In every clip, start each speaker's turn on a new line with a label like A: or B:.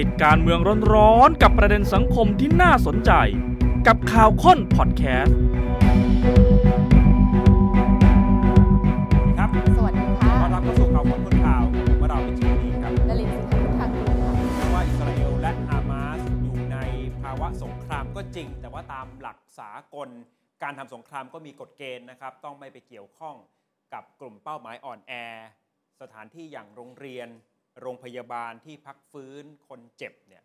A: ติดการเมืองร้อนๆกับประเด็นสังคมที่น่าสนใจ กับข่าวค้นพอดแคสต์
B: ครับ
C: สวัสดีค่ะ
B: ขอรับเข้าสู่ข่าวของคนข่าวเมื่อเราเป็นชื่อนี้ครับ
C: ดลินสิงห์พุทธังกูค่ะ
B: ว่าอิสราเอลและฮามาสอยู่ในภาวะสงครามก็จริง แต่ว่าตามหลักสากล การทำสงครามก็มีกฎเกณฑ์นะครับ ต้องไม่ไปเกี่ยวข้องกับกลุ่มเป้าหมายอ่อนแอ สถานที่อย่างโรงเรียน โรงพยาบาลที่พักฟื้นคนเจ็บเนี่ย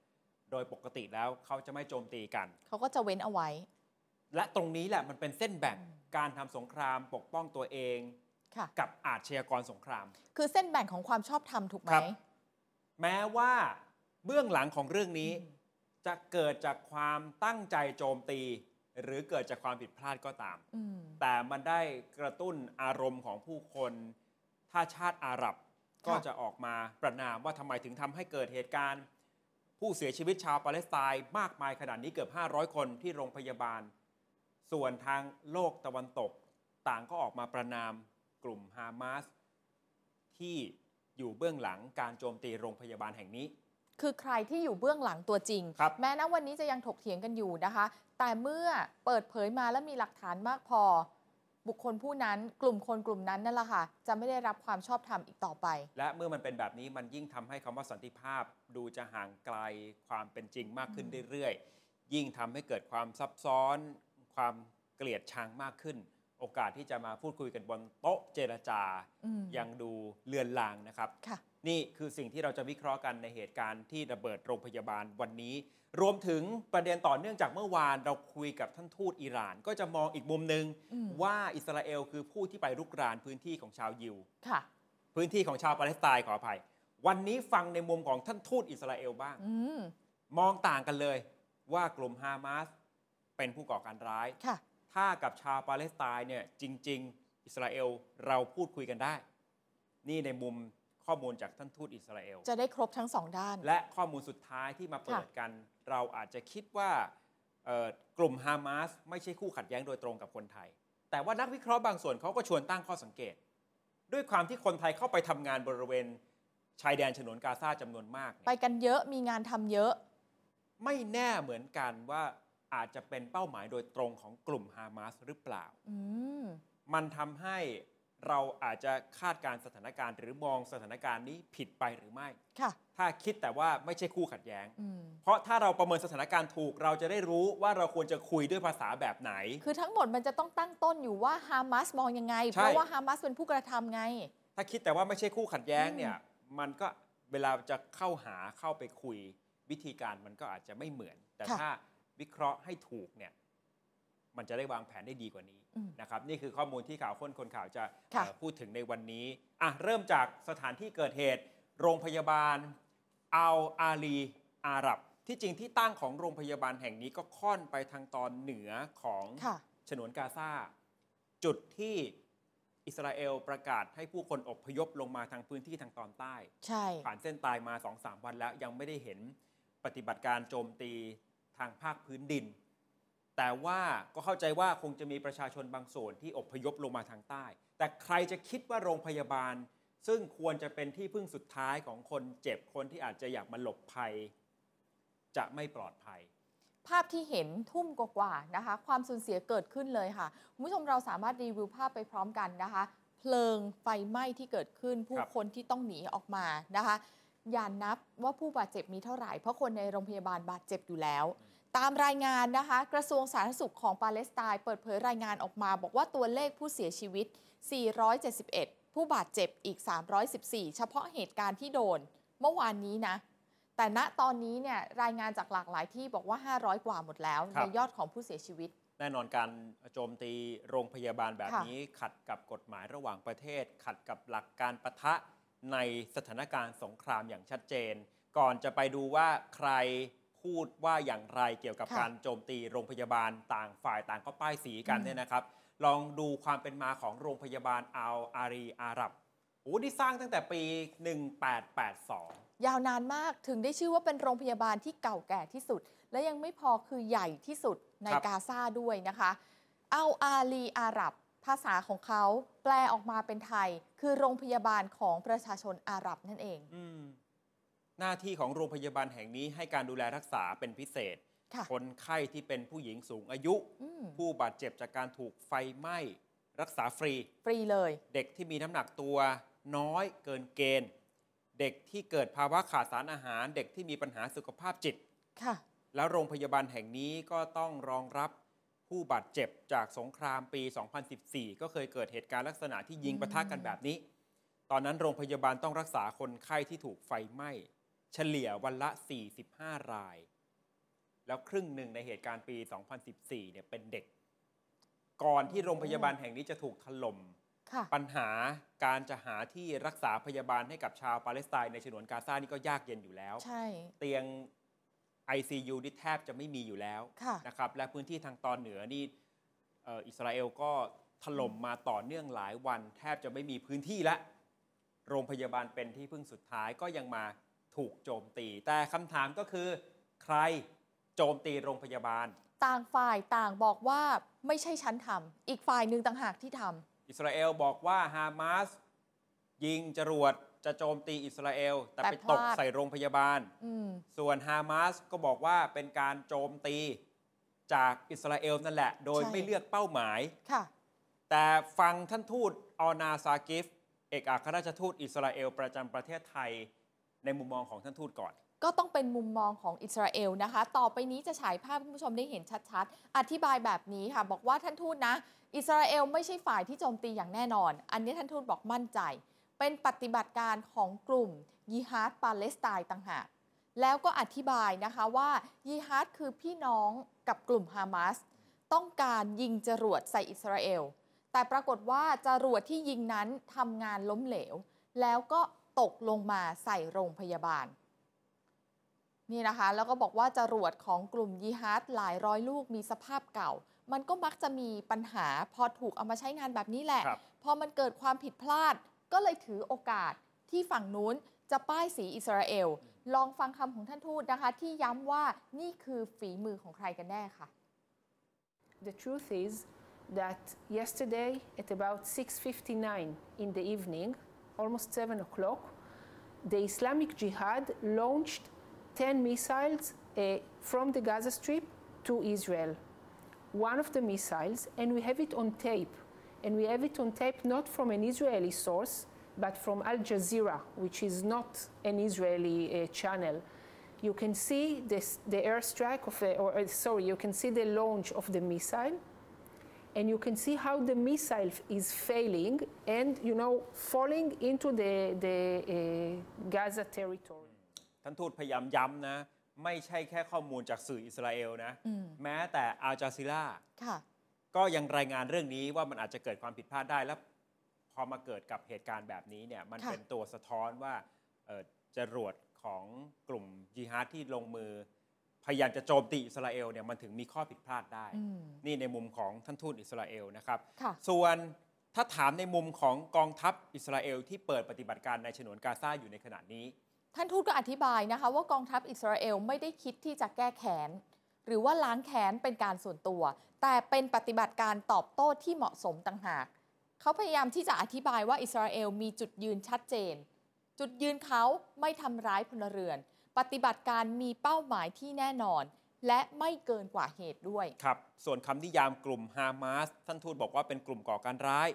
B: โดยปกติแล้วเขาจะไม่โจมตีกัน
C: เขาก็จะเว้นเอาไว้
B: และตรงนี้แหละมันเป็นเส้นแบ่งการทำสงครามปกป้องตัวเอง
C: ค่ะ
B: กับอาชญากรสงคราม
C: คือเส้นแบ่งของความชอบธรรมถูกไหม
B: ครับ แม้ว่าเบื้องหลังของเรื่องนี้ จะเกิดจากความตั้งใจโจมตี หรือเกิดจากความผิดพลาดก็ตาม
C: อืม
B: แต่มันได้กระตุ้นอารมณ์ของผู้คน ถ้าชาติอาหรับก็
C: ค่ะ
B: จะออกมาประนามว่าทำไมถึงทำให้เกิดเหตุการณ์ ผู้เสียชีวิตชาวปาเลสไตน์มากมายขนาดนี้เกือบ 500 คนที่โรงพยาบาล ส่วนทางโลกตะวันตก ต่างก็ออกมาประนามกลุ่มฮามาสที่อยู่เบื้องหลังการโจมตีโรงพยาบาลแห่งนี้
C: คือใครที่อยู่เบื้องหลังตัวจริง
B: ครับ
C: แม้นะวันนี้จะยังถกเถียงกันอยู่นะคะ แต่เมื่อเปิดเผยมาและมีหลักฐานมากพอ บุคคลผู้นั้นกลุ่มคนกลุ่มนั้นนั่นแหละค่ะ จะไม่ได้รับความชอบธรรมอีกต่อไป
B: และเมื่อมันเป็นแบบนี้มันยิ่งทำให้คำว่าสันติภาพดูจะห่างไกลความเป็นจริงมากขึ้นเรื่อยๆ ยิ่งทำให้เกิดความซับซ้อน ความเกลียดชังมากขึ้น โอกาสที่จะมาพูดคุยกันบนโต๊ะเจรจา
C: อืม
B: ยังดูเลือนลางนะครับ
C: ค่ะ
B: นี่คือสิ่งที่เราจะวิเคราะห์กันในเหตุการณ์ที่ระเบิดโรงพยาบาลวันนี้ รวมถึงประเด็นต่อเนื่องจากเมื่อวานเราคุยกับท่านทูตอิหร่าน ก็จะมองอีกมุมหนึ่ง
C: อืม
B: ว่าอิสราเอลคือผู้ที่ไปรุกรานพื้นที่ของชาวยิว
C: ค่ะ
B: พื้นที่ของชาวปาเลสไตน์ขออภัย วันนี้ฟังในมุมของท่านทูตอิสราเอลบ้าง
C: อืม
B: มองต่างกันเลยว่ากลุ่มฮามาสเป็นผู้ก่อการร้าย
C: ค่ะ
B: ถ้ากับชาวปาเลสไตน์เนี่ยจริง ๆ อิสราเอลเราพูดคุยกันได้ นี่ในมุมข้อมูลจากท่านทูตอิสราเอล
C: จะได้ครบทั้งสองด้าน
B: และข้อมูลสุดท้ายที่มาเปิดกัน เราอาจจะคิดว่าเอ่อกลุ่มฮามาสไม่ใช่คู่ขัดแย้งโดยตรงกับคนไทย แต่ว่านักวิเคราะห์บางส่วนเขาก็ชวนตั้งข้อสังเกต ด้วยความที่คนไทยเข้าไปทำงานบริเวณชายแดนฉนวนกาซาจำนวนมากเนี่ย
C: ไปกันเยอะมีงานทำเยอะ
B: ไม่แน่เหมือนกันว่าอาจจะเป็นเป้าหมายโดยตรงของกลุ่มฮามาสหรือเปล่า
C: อืม
B: มันทำให้เราอาจจะคาดการณ์สถานการณ์ หรือมองสถานการณ์นี้ผิดไปหรือไม่
C: ค่ะ
B: ถ้าคิดแต่ว่าไม่ใช่คู่ขัดแย้ง
C: อืม
B: เพราะถ้าเราประเมินสถานการณ์ถูกเราจะได้รู้ว่าเราควรจะคุยด้วยภาษาแบบไหน
C: คือทั้งหมดมันจะต้องตั้งต้นอยู่ว่าฮามาสมองยังไง
B: ใช่
C: เพราะว่าฮามาสเป็นผู้กระทำไง
B: ถ้าคิดแต่ว่าไม่ใช่คู่ขัดแย้งเนี่ย มันก็เวลาจะเข้าหาเข้าไปคุย วิธีการมันก็อาจจะไม่เหมือน แต่
C: ค่ะ
B: ถ้าวิเคราะห์ให้ถูกเนี่ย มันจะได้วางแผนได้ดีกว่านี้
C: อืม
B: นะครับ นี่คือข้อมูลที่ข่าวค้นคนข่าวจะ
C: ค่ะ
B: เอ่อพูดถึงในวันนี้อ่ะเริ่มจากสถานที่เกิดเหตุ โรงพยาบาลอัลอาลีอาหรับ ที่จริงที่ตั้งของโรงพยาบาลแห่งนี้ก็ค่อนไปทางตอนเหนือของ
C: ค่ะ
B: ฉนวนกาซาจุดที่อิสราเอลประกาศให้ผู้คนอพยพลงมาทางพื้นที่ทางตอนใต้
C: ใช่
B: ผ่านเส้นตายมา 2-3 วันแล้ว ยังไม่ได้เห็นปฏิบัติการโจมตีทางภาคพื้นดิน แต่ว่าก็เข้าใจว่าคงจะมีประชาชนบางส่วนที่อพยพลงมาทางใต้ แต่ใครจะคิดว่าโรงพยาบาล ซึ่งควรจะเป็นที่พึ่งสุดท้ายของคนเจ็บคนที่อาจจะอยากมาหลบภัย จะไม่ปลอดภัย
C: ภาพที่เห็นทุ่มกว่าๆนะคะ ความสูญเสียเกิดขึ้นเลยค่ะ คุณผู้ชมเราสามารถรีวิวภาพไปพร้อมกันนะคะ เพลิงไฟไหม้ที่เกิดขึ้น ผู้
B: ครับ
C: คนที่ต้องหนีออกมานะคะ อย่านับว่าผู้บาดเจ็บมีเท่าไหร่ เพราะคนในโรงพยาบาลบาดเจ็บอยู่แล้ว ตามรายงานนะคะ กระทรวงสาธารณสุขของปาเลสไตน์เปิดเผยรายงานออกมา บอกว่าตัวเลขผู้เสียชีวิต 471 ผู้บาดเจ็บอีก 314 เฉพาะเหตุการณ์ที่โดน เมื่อวานนี้นะ แต่ณตอนนี้เนี่ยรายงานจากหลากหลายที่บอกว่า 500 กว่าหมดแล้ว
B: ครั
C: ใน
B: บ
C: ยอดของผู้เสียชีวิต
B: แน่นอนการโจมตีโรงพยาบาลแบบ
C: ค่ะ
B: นี้ ขัดกับกฎหมายระหว่างประเทศ ขัดกับหลักการปะทะในสถานการณ์สงครามอย่างชัดเจน ก่อนจะไปดูว่าใครพูดว่าอย่างไรเกี่ยวกับการโจมตีโรงพยาบาลต่างฝ่ายต่างก็ป้ายสีกันเนี่ยนะครับ ลองดูความเป็นมาของโรงพยาบาลอัลอารีอาหรับโอ้ที่สร้างตั้งแต่ปี 1882
C: ยาวนานมากถึงได้ชื่อว่าเป็นโรงพยาบาลที่เก่าแก่ที่สุด และยังไม่พอคือใหญ่ที่สุดใน
B: ครับ
C: กาซาด้วยนะคะเอาอาลีอาหรับ ภาษาของเขาแปลออกมาเป็นไทย คือโรงพยาบาลของประชาชนอาหรับนั่นเอง
B: อืม หน้าที่ของโรงพยาบาลแห่งนี้ให้การดูแลรักษาเป็นพิเศษ
C: ค่ะ
B: คนไข้ที่เป็นผู้หญิงสูงอายุ
C: อืม
B: ผู้บาดเจ็บจากการถูกไฟไหม้รักษาฟรี
C: ฟรีเลย
B: เด็กที่มีน้ำหนักตัวน้อยเกินเกณฑ์ เด็กที่เกิดภาวะขาดสารอาหาร เด็กที่มีปัญหาสุขภาพจิต
C: ค่ะ
B: แล้วโรงพยาบาลแห่งนี้ก็ต้องรองรับผู้บาดเจ็บจากสงครามปี 2014 ก็เคยเกิดเหตุการณ์ลักษณะที่ยิง
C: อืม
B: ปะทะกันแบบนี้ ตอนนั้นโรงพยาบาลต้องรักษาคนไข้ที่ถูกไฟไหม้ เฉลี่ยวันละ 45 ราย แล้วครึ่งหนึ่งในเหตุการณ์ปี 2014 เนี่ยเป็นเด็ก ก่อนที่โรงพยาบาลแห่งนี้จะถูกถล่ม
C: ค่ะ
B: ปัญหาการจะหาที่รักษาพยาบาลให้กับชาวปาเลสไตน์ในฉนวนกาซานี่ก็ยากเย็นอยู่แล้ว
C: ใช่
B: เตียง ICU ที่แทบจะไม่มีอยู่แล้ว
C: ค่ะ
B: นะครับ และพื้นที่ทางตอนเหนือนี่เอ่ออิสราเอลก็ถล่มมาต่อเนื่องหลายวัน แทบจะไม่มีพื้นที่ละ โรงพยาบาลเป็นที่พึ่งสุดท้ายก็ยังมาถูกโจมตี แต่คำถามก็คือใครโจมตีโรงพยาบาล
C: ต่างฝ่ายต่างบอกว่าไม่ใช่ฉันทำ อีกฝ่ายหนึ่งต่างหากที่ทำ
B: อิสราเอลบอกว่าฮามาสยิงจรวดจะโจมตีอิสราเอล แต่ไป
C: แต่พ
B: ต
C: ลาด
B: กใส่โรงพยาบาล
C: อืม
B: ส่วนฮามาสก็บอกว่าเป็นการโจมตีจากอิสราเอลนั่นแหละ โดย
C: ใช่
B: ไม่เลือกเป้าหมาย
C: ค่ะ
B: แต่ฟังท่านทูตออนาซากิฟ เอกอัครราชทูตอิสราเอลประจำประเทศไทย ในมุมมองของท่านทูตก่อน
C: ก็ต้องเป็นมุมมองของอิสราเอลนะคะ ต่อไปนี้จะฉายภาพให้คุณผู้ชมได้เห็นชัดๆ อธิบายแบบนี้ค่ะ บอกว่าท่านทูตนะ อิสราเอลไม่ใช่ฝ่ายที่โจมตีอย่างแน่นอน อันนี้ท่านทูตบอกมั่นใจ เป็นปฏิบัติการของกลุ่มยิฮาดปาเลสไตน์ต่างหาก แล้วก็อธิบายนะคะว่ายิฮาดคือพี่น้องกับกลุ่มฮามาสต้องการยิงจรวดใส่อิสราเอล แต่ปรากฏว่าจรวดที่ยิงนั้นทำงานล้มเหลว แล้วก็ตกลงมาใส่โรงพยาบาล นี่นะคะ แล้วก็บอกว่าจรวดของกลุ่มยิฮาดหลายร้อยลูกมีสภาพเก่า มันก็มักจะมีปัญหาพอถูกเอามาใช้งานแบบนี้แหละ
B: ครับ
C: พอมันเกิดความผิดพลาด ก็เลยถือโอกาสที่ฝั่งนู้นจะป้ายสีอิสราเอล ลองฟังคำของท่านทูตนะคะ ที่ย้ำว่านี่คือฝีมือของใครกันแน่ค่ะ
D: The truth is that yesterday at about 6:59 in the evening, almost 7 o'clock, the Islamic Jihad launched 10 missiles eh, from the Gaza Strip to Israel. One of the missiles, and we have it on tape, and we have it on tape not from an Israeli source, but from Al Jazeera, which is not an Israeli eh, channel you can see this, the airstrike of the, or uh, sorry, you can see the launch of the missile, and you can see how the missile f- is failing and you know falling into the, the uh, Gaza territory.
B: ท่านทูตพยายามย้ำนะ ไม่ใช่แค่ข้อมูลจากสื่ออิสราเอลนะ แม้แต่อาจาซิล่า
C: ค่ะ
B: ก็ยังรายงานเรื่องนี้ว่ามันอาจจะเกิดความผิดพลาดได้แล้วพอมาเกิดกับเหตุการณ์แบบนี้เนี่ยมัน
C: ค่ะ
B: เป็นตัวสะท้อนว่าเอ่อจรวดของกลุ่มยิฮาดที่ลงมือ พยายามจะโจมตีอิสราเอลเนี่ยมันถึงมีข้อผิดพลาดได้
C: อืม
B: นี่ในมุมของท่านทูตอิสราเอลนะครับ
C: ค่ะ
B: ส่วนถ้าถามในมุมของกองทัพอิสราเอลที่เปิดปฏิบัติการในฉนวนกาซาอยู่ในขณะนี้
C: ท่านทูตก็อธิบายนะคะ ว่ากองทัพอิสราเอลไม่ได้คิดที่จะแก้แค้น หรือว่าล้างแค้นเป็นการส่วนตัว แต่เป็นปฏิบัติการตอบโต้ที่เหมาะสมต่างหาก เขาพยายามที่จะอธิบายว่าอิสราเอลมีจุดยืนชัดเจน จุดยืนเขาไม่ทำร้ายพลเรือน ปฏิบัติการมีเป้าหมายที่แน่นอน และไม่เกินกว่าเหตุด้วย
B: ครับ ส่วนคำนิยามกลุ่มฮามาสท่านทูตบอกว่าเป็นกลุ่มก่อการร้าย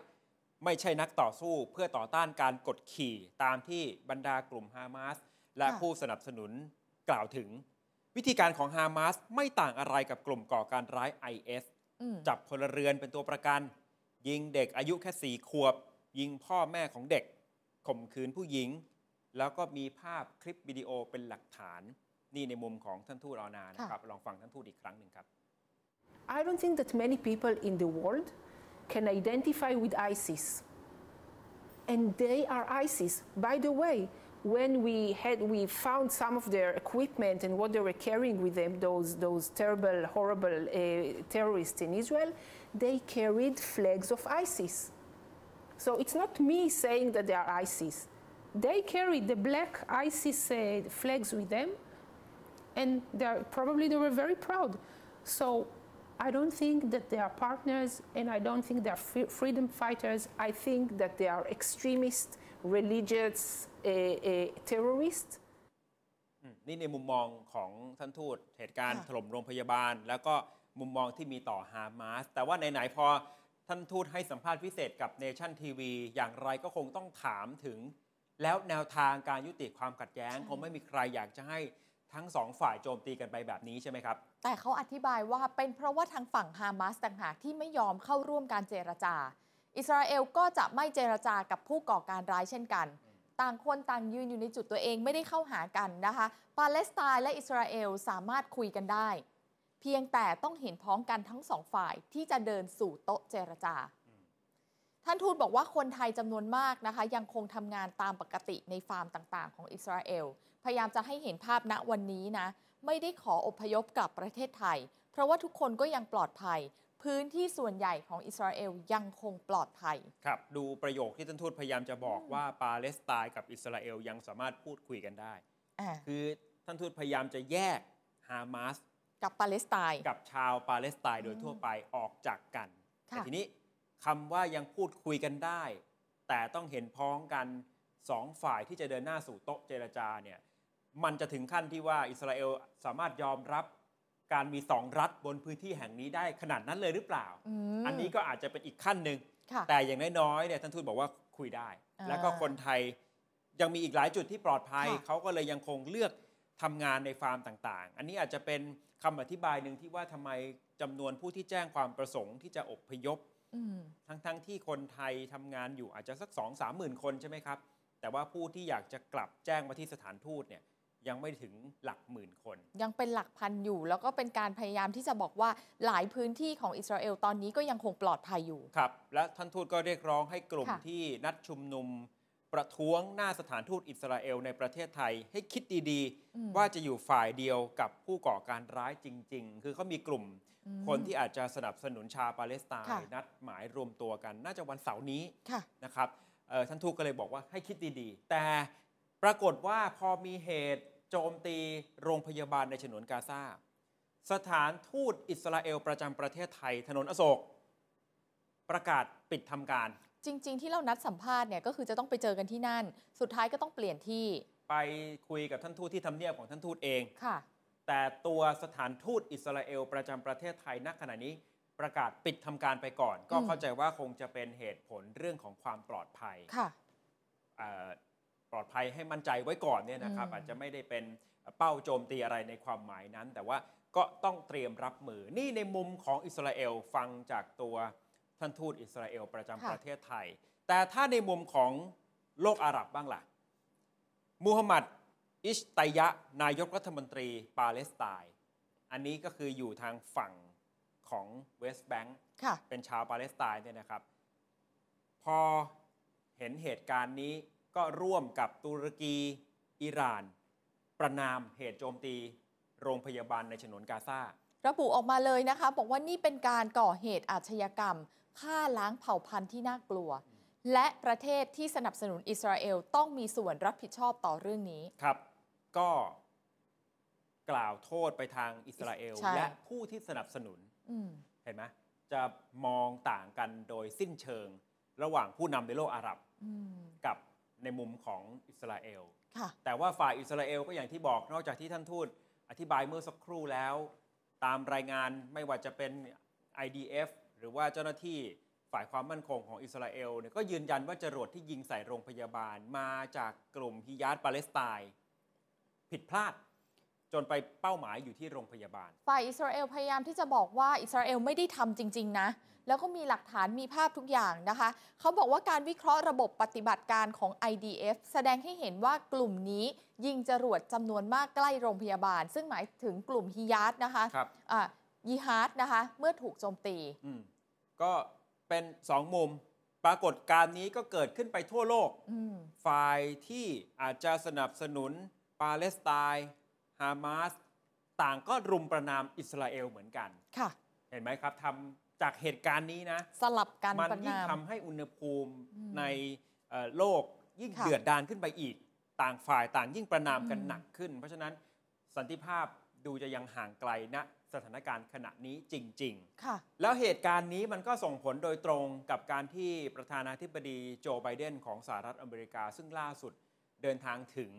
B: ไม่ใช่นักต่อสู้เพื่อต่อต้านการกดขี่ตามที่บรรดากลุ่มฮามาสและ
C: ค่ะ
B: ผู้สนับสนุนกล่าวถึง วิธีการของฮามาสไม่ต่างอะไรกับกลุ่มก่อการร้าย IS
C: อืม
B: จับพลเรือนเป็นตัวประกัน ยิงเด็กอายุแค่สี่ขวบ ยิงพ่อแม่ของเด็กข่มขืนผู้หญิง แล้วก็มีภาพคลิปวิดีโอเป็นหลักฐาน นี่ในมุมของท่านทูตออนานะครับลองฟังท่านทูตอีกครั้งหนึ่งครับ
D: I don't think that many people in the world can identify with ISIS. And they are ISIS. By the way, when we had we found some of their equipment and what they were carrying with them, those those terrible, horrible uh, terrorists in Israel, they carried flags of ISIS. So it's not me saying that they are ISIS. They carried the black ISIS uh, flags with them, and they're, probably they were very proud. So I don't think that they are partners, and I don't think they are free- freedom fighters. I think that they are extremist, religious uh, uh, eh, terrorists.
B: นี่ในมุมมองของท่านทูตเหตุการณ์
C: ค่ะ
B: ถล่มโรงพยาบาล แล้วก็มุมมองที่มีต่อฮามาสแต่ว่าไหนๆพอท่านทูตให้สัมภาษณ์พิเศษกับเนชั่นทีวีอย่างไรก็คงต้องถามถึง แล้วแนวทางการยุติความขัดแย้ง
C: ใช่
B: คงไม่มีใครอยากจะให้ทั้งสองฝ่ายโจมตีกันไปแบบนี้ใช่ไหมครับ
C: แต่เขาอธิบายว่าเป็นเพราะว่าทางฝั่งฮามาสต่างหากที่ไม่ยอมเข้าร่วมการเจรจา อิสราเอลก็จะไม่เจรจากับผู้ก่อการร้ายเช่นกัน ต่างคนต่างยืนอยู่ในจุดตัวเองไม่ได้เข้าหากันนะคะ ปาเลสไตน์และอิสราเอลสามารถคุยกันได้ เพียงแต่ต้องเห็นพ้องกันทั้งสองฝ่ายที่จะเดินสู่โต๊ะเจรจา ท่านทูตบอกว่าคนไทยจำนวนมากนะคะ ยังคงทำงานตามปกติในฟาร์มต่างๆ ของอิสราเอล พยายามจะให้เห็นภาพณวันนี้นะ ไม่ได้ขออพยพกลับประเทศไทย เพราะว่าทุกคนก็ยังปลอดภัย พื้นที่ส่วนใหญ่ของอิสราเอลยังคงปลอดภัย
B: ครับดูประโยคที่ท่านทูตพยายามจะบอกว่าปาเลสไตน์กับอิสราเอลยังสามารถพูดคุยกันได้
C: อ่า
B: คือท่านทูตพยายามจะแยกฮามาส
C: กับปาเลสไตน์
B: กับชาวปาเลสไตน์โดย
C: อืม
B: ทั่วไปออกจากกัน
C: ค่ะ
B: แต่ทีนี้คำว่ายังพูดคุยกันได้ แต่ต้องเห็นพ้องกันสองฝ่ายที่จะเดินหน้าสู่โต๊ะเจรจาเนี่ยมันจะถึงขั้นที่ว่าอิสราเอลสามารถยอมรับการมีสองรัฐบนพื้นที่แห่งนี้ได้ขนาดนั้นเลยหรือเปล่า
C: ม
B: อันนี้ก็อาจจะเป็นอีกขั้นหนึ่ง
C: ค่ะ
B: แต่อย่างน้อยๆเนี่ยท่านทูตบอกว่าคุยได้
C: อ่า
B: แล้วก็คนไทยยังมีอีกหลายจุดที่ปลอดภัย
C: ค่ะ
B: เขาก็เลยยังคงเลือกทำงานในฟาร์มต่างๆ อันนี้อาจจะเป็นคำอธิบายหนึ่งที่ว่าทำไมจำนวนผู้ที่แจ้งความประสงค์ที่จะอพยพ
C: อืม
B: ทั้งๆที่คนไทยทำงานอยู่อาจจะสัก2องสามหมื่นคนใช่ไหมครับ แต่ว่าผู้ที่อยากจะกลับแจ้งมาที่สถานทูตเนี่ยยังไม่ถึงหลักหมื่นคน
C: ยังเป็นหลักพันอยู่ แล้วก็เป็นการพยายามที่จะบอกว่าหลายพื้นที่ของอิสราเอลตอนนี้ก็ยังคงปลอดภัยอยู่
B: ครับและท่านทูตก็เรียกร้องให้กลุ่ม
C: ค่ะ
B: ที่นัดชุมนุม ประท้วงหน้าสถานทูตอิสราเอลในประเทศไทย ให้คิดดี
C: อืม
B: ๆ ว่าจะอยู่ฝ่ายเดียวกับผู้ก่อการร้ายจริง ๆ คือเขามีกลุ่ม
C: อืม
B: คนที่อาจจะสนับสนุนชาวปาเลสไต
C: ค่ะ
B: น์นัดหมายรวมตัวกัน น่าจะวันเสาร์นี้
C: ค่ะ
B: นะครับเอ่อท่านทูตก็เลยบอกว่าให้คิดดีๆ แต่ปรากฏว่าพอมีเหตุโจมตีโรงพยาบาลในฉนวนกาซาสถานทูตอิสราเอลประจำประเทศไทยถนนอโศก ประกาศปิดทำการ
C: จริง ๆ ที่เรานัดสัมภาษณ์เนี่ยก็คือจะต้องไปเจอกันที่นั่น สุดท้ายก็ต้องเปลี่ยนที่
B: ไปคุยกับท่านทูตที่ทำเนียบของท่านทูตเอง
C: ค่ะ
B: แต่ตัวสถานทูตอิสราเอลประจำประเทศไทยณขณะนี้ประกาศปิดทำการไปก่อน ก็
C: อืม
B: เข้าใจว่าคงจะเป็นเหตุผลเรื่องของความปลอดภัย
C: ค่ะ
B: เอ่อปลอดภัยให้มั่นใจไว้ก่อนเนี่ยนะครับ
C: อืม
B: อาจจะไม่ได้เป็นเป้าโจมตีอะไรในความหมายนั้น แต่ว่าก็ต้องเตรียมรับมือนี่ในมุมของอิสราเอลฟังจากตัวท่านทูตอิสราเอลประจำประเทศไทย แต่ถ้าในมุมของโลกอาหรับบ้างล่ะ มูฮัมหมัด อิชตัยยะ นายกรัฐมนตรีปาเลสไตน์อันนี้ก็คืออยู่ทางฝั่งของเวสต์แบงก์
C: ค่ะ
B: เป็นชาวปาเลสไตน์เนี่ยนะครับ พอเห็นเหตุการณ์นี้ก็ร่วมกับตุรกีอิหร่าน ประนามเหตุโจมตี โรงพยาบาลในฉนวนกาซา
C: ระบุออกมาเลยนะคะ บอกว่านี่เป็นการก่อเหตุอาชญากรรมฆ่าล้างเผ่าพันธุ์ที่น่ากลัว และประเทศที่สนับสนุนอิสราเอลต้องมีส่วนรับผิดชอบต่อเรื่องนี้
B: ครับ ก็กล่าวโทษไปทางอิสราเอล
C: ใช่
B: และผู้ที่สนับสนุน
C: อืม
B: เห็นไหมจะมองต่างกันโดยสิ้นเชิง ระหว่างผู้นำในโลกอาหรับ
C: อืม
B: กับในมุมของอิสราเอล
C: ค่ะ
B: แต่ว่าฝ่ายอิสราเอลก็อย่างที่บอกนอกจากที่ท่านทูตอธิบายเมื่อสักครู่แล้ว ตามรายงานไม่ว่าจะเป็น IDF หรือว่าเจ้าหน้าที่ฝ่ายความมั่นคงของอิสราเอลเนี่ยก็ยืนยันว่าจรวดที่ยิงใส่โรงพยาบาลมาจากกลุ่มฮิยาตปาเลสไตน์ผิดพลาด จนไปเป้าหมายอยู่ที่โรงพยาบาล
C: ฝ่ายอิสราเอลพยายามที่จะบอกว่าอิสราเอลไม่ได้ทำจริง ๆ นะ แล้วก็มีหลักฐานมีภาพทุกอย่างนะคะ เขาบอกว่าการวิเคราะห์ระบบปฏิบัติการของ IDF แสดงให้เห็นว่ากลุ่มนี้ยิงจรวดจำนวนมากใกล้โรงพยาบาล ซึ่งหมายถึงกลุ่มฮิยาตนะคะ
B: ครับ
C: อ่ะยิฮาดนะคะเมื่อถูกโจมตี
B: อืมก็เป็นสองมุมปรากฏการณ์นี้ก็เกิดขึ้นไปทั่วโลก
C: อืม
B: ฝ่ายที่อาจจะสนับสนุนปาเลสไตน์ฮามาสต่างก็รุมประนามอิสราเอลเหมือนกัน
C: ค่ะ
B: เห็นไหมครับทำจากเหตุการณ์นี้นะ
C: สลับกัน
B: มั
C: ประ
B: ยิ่ง
C: นาม
B: ทำให้อุณหภูมิ
C: อืม
B: ในเอ่อโลกยิ่ง
C: ค่ะ
B: เดือดดานขึ้นไปอีก ต่างฝ่ายต่างยิ่งประนามกัน
C: อืม
B: หนักขึ้น เพราะฉะนั้นสันติภาพดูจะยังห่างไกลณสถานการณ์ขณะนี้จริง ๆ
C: ค่ะ
B: แล้วเหตุการณ์นี้มันก็ส่งผลโดยตรงกับการที่ประธานาธิบดีโจไบเดนของสหรัฐอเมริกา ซึ่งล่าสุดเดินทางถึง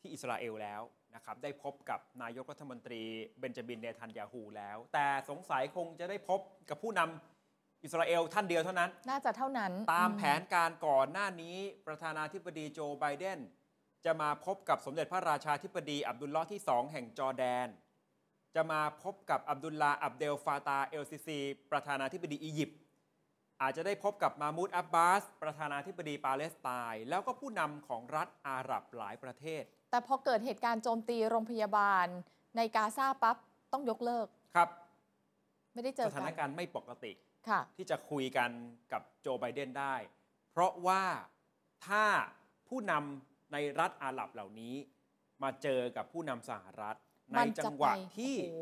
B: ที่อิสราเอลแล้วนะครับได้พบกับนายกรัฐมนตรีเบนจามินเนทันยาฮูแล้ว แต่สงสัยคงจะได้พบกับผู้นำอิสราเอลท่านเดียวเท่านั้น
C: น่าจะเท่านั้น
B: ตาม
C: อื
B: แผนการก่อนหน้านี้ประธานาธิบดีโจไบเดน จะมาพบกับสมเด็จพระราชาธิบดีอับดุลลอฮ์ที่สองแห่งจอร์แดน จะมาพบกับอับดุลลาห์อับเดลฟาตาเอลซิซีประธานาธิบดีอียิปต์อาจจะได้พบกับมามูดอับบาส ประธานาธิบดีปาเลสไตน์แล้วก็ผู้นำของรัฐอาหรับหลายประเทศ
C: แต่พอเกิดเหตุการณ์โจมตีโรงพยาบาล ในกาซาปั๊บต้องยกเลิก
B: ครับ
C: ไม่ได้เจ
B: ส
C: อกั
B: ถาน
C: น
B: การณ์ไม่ปกติ
C: ค่ะ
B: ที่จะคุยกันกับโจไบเดนได้ เพราะว่าถ้าผู้นำในรัฐอาหรับเหล่านี้ มาเจอกับผู้นำสหรัฐ ใน
C: มัน
B: จั
C: จะ
B: ง
C: ไป
B: หวะที่
C: โอ้โห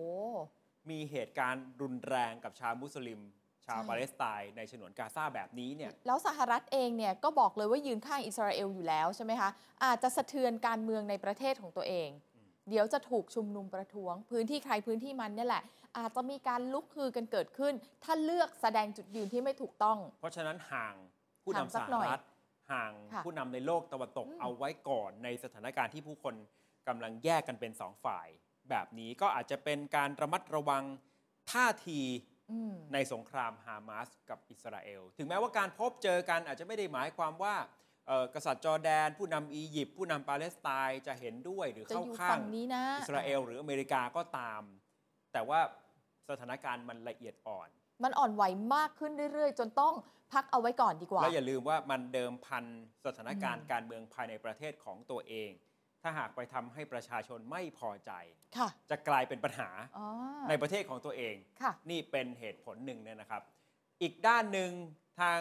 B: มีเหตุการณ์รุนแรงกับชาวมุสลิม ชาว
C: ใช่
B: ปาเลสไตน์ในฉนวนกาซาแบบนี้เนี่ย
C: แล้วสหรัฐเองเนี่ยก็บอกเลยว่ายืนข้างอิสราเอลอยู่แล้วใช่ไหมคะ อาจจะสะเทือนการเมืองในประเทศของตัวเอง
B: อืม
C: เดี๋ยวจะถูกชุมนุมประท้วง พื้นที่ใครพื้นที่มันเนี่ยแหละ อาจจะมีการลุกคือกันเกิดขึ้น ถ้าเลือกแสดงจุดยืนที่ไม่ถูกต้อง
B: เพราะฉะนั้นห่างผู้
C: ห่าง
B: นำ
C: สั
B: ส
C: ก
B: ห
C: หน่อย
B: รัฐห่าง
C: ค่ะ
B: ผู้นำในโลกตะวันตก
C: อืม
B: เอาไว้ก่อนในสถานการณ์ที่ผู้คนกำลังแยกกันเป็นสองฝ่าย แบบนี้ก็อาจจะเป็นการระมัดระวังท่าที
C: อืม
B: ในสงครามฮามาสกับอิสราเอล ถึงแม้ว่าการพบเจอกันอาจจะไม่ได้หมายความว่าเอ่อกษัตริย์จอร์แดน ผู้นำอียิปต์ผู้นำปาเลสไตน์จะเห็นด้วยหรือ
C: จะ
B: เข้า
C: อยู่
B: ข้า
C: ฝั่
B: ง
C: งนี้นะ
B: อิสราเอลหรืออเมริกาก็ตาม แต่ว่าสถานการณ์มันละเอียดอ่อน
C: มันอ่อนไหวมากขึ้นเรื่อยๆ จนต้องพักเอาไว้ก่อนดีกว่า
B: แล้วอย่าลืมว่ามันเดิมพันสถานการ
C: อื
B: ณ์
C: ม
B: การเมืองภายในประเทศของตัวเอง ถ้าหากไปทำให้ประชาชนไม่พอใจ
C: ค่ะ
B: จะกลายเป็นปัญหา
C: อ๋อ
B: ในประเทศของตัวเอง
C: ค่ะ
B: นี่เป็นเหตุผลหนึ่งเนี่ยนะครับ อีกด้านหนึ่งทาง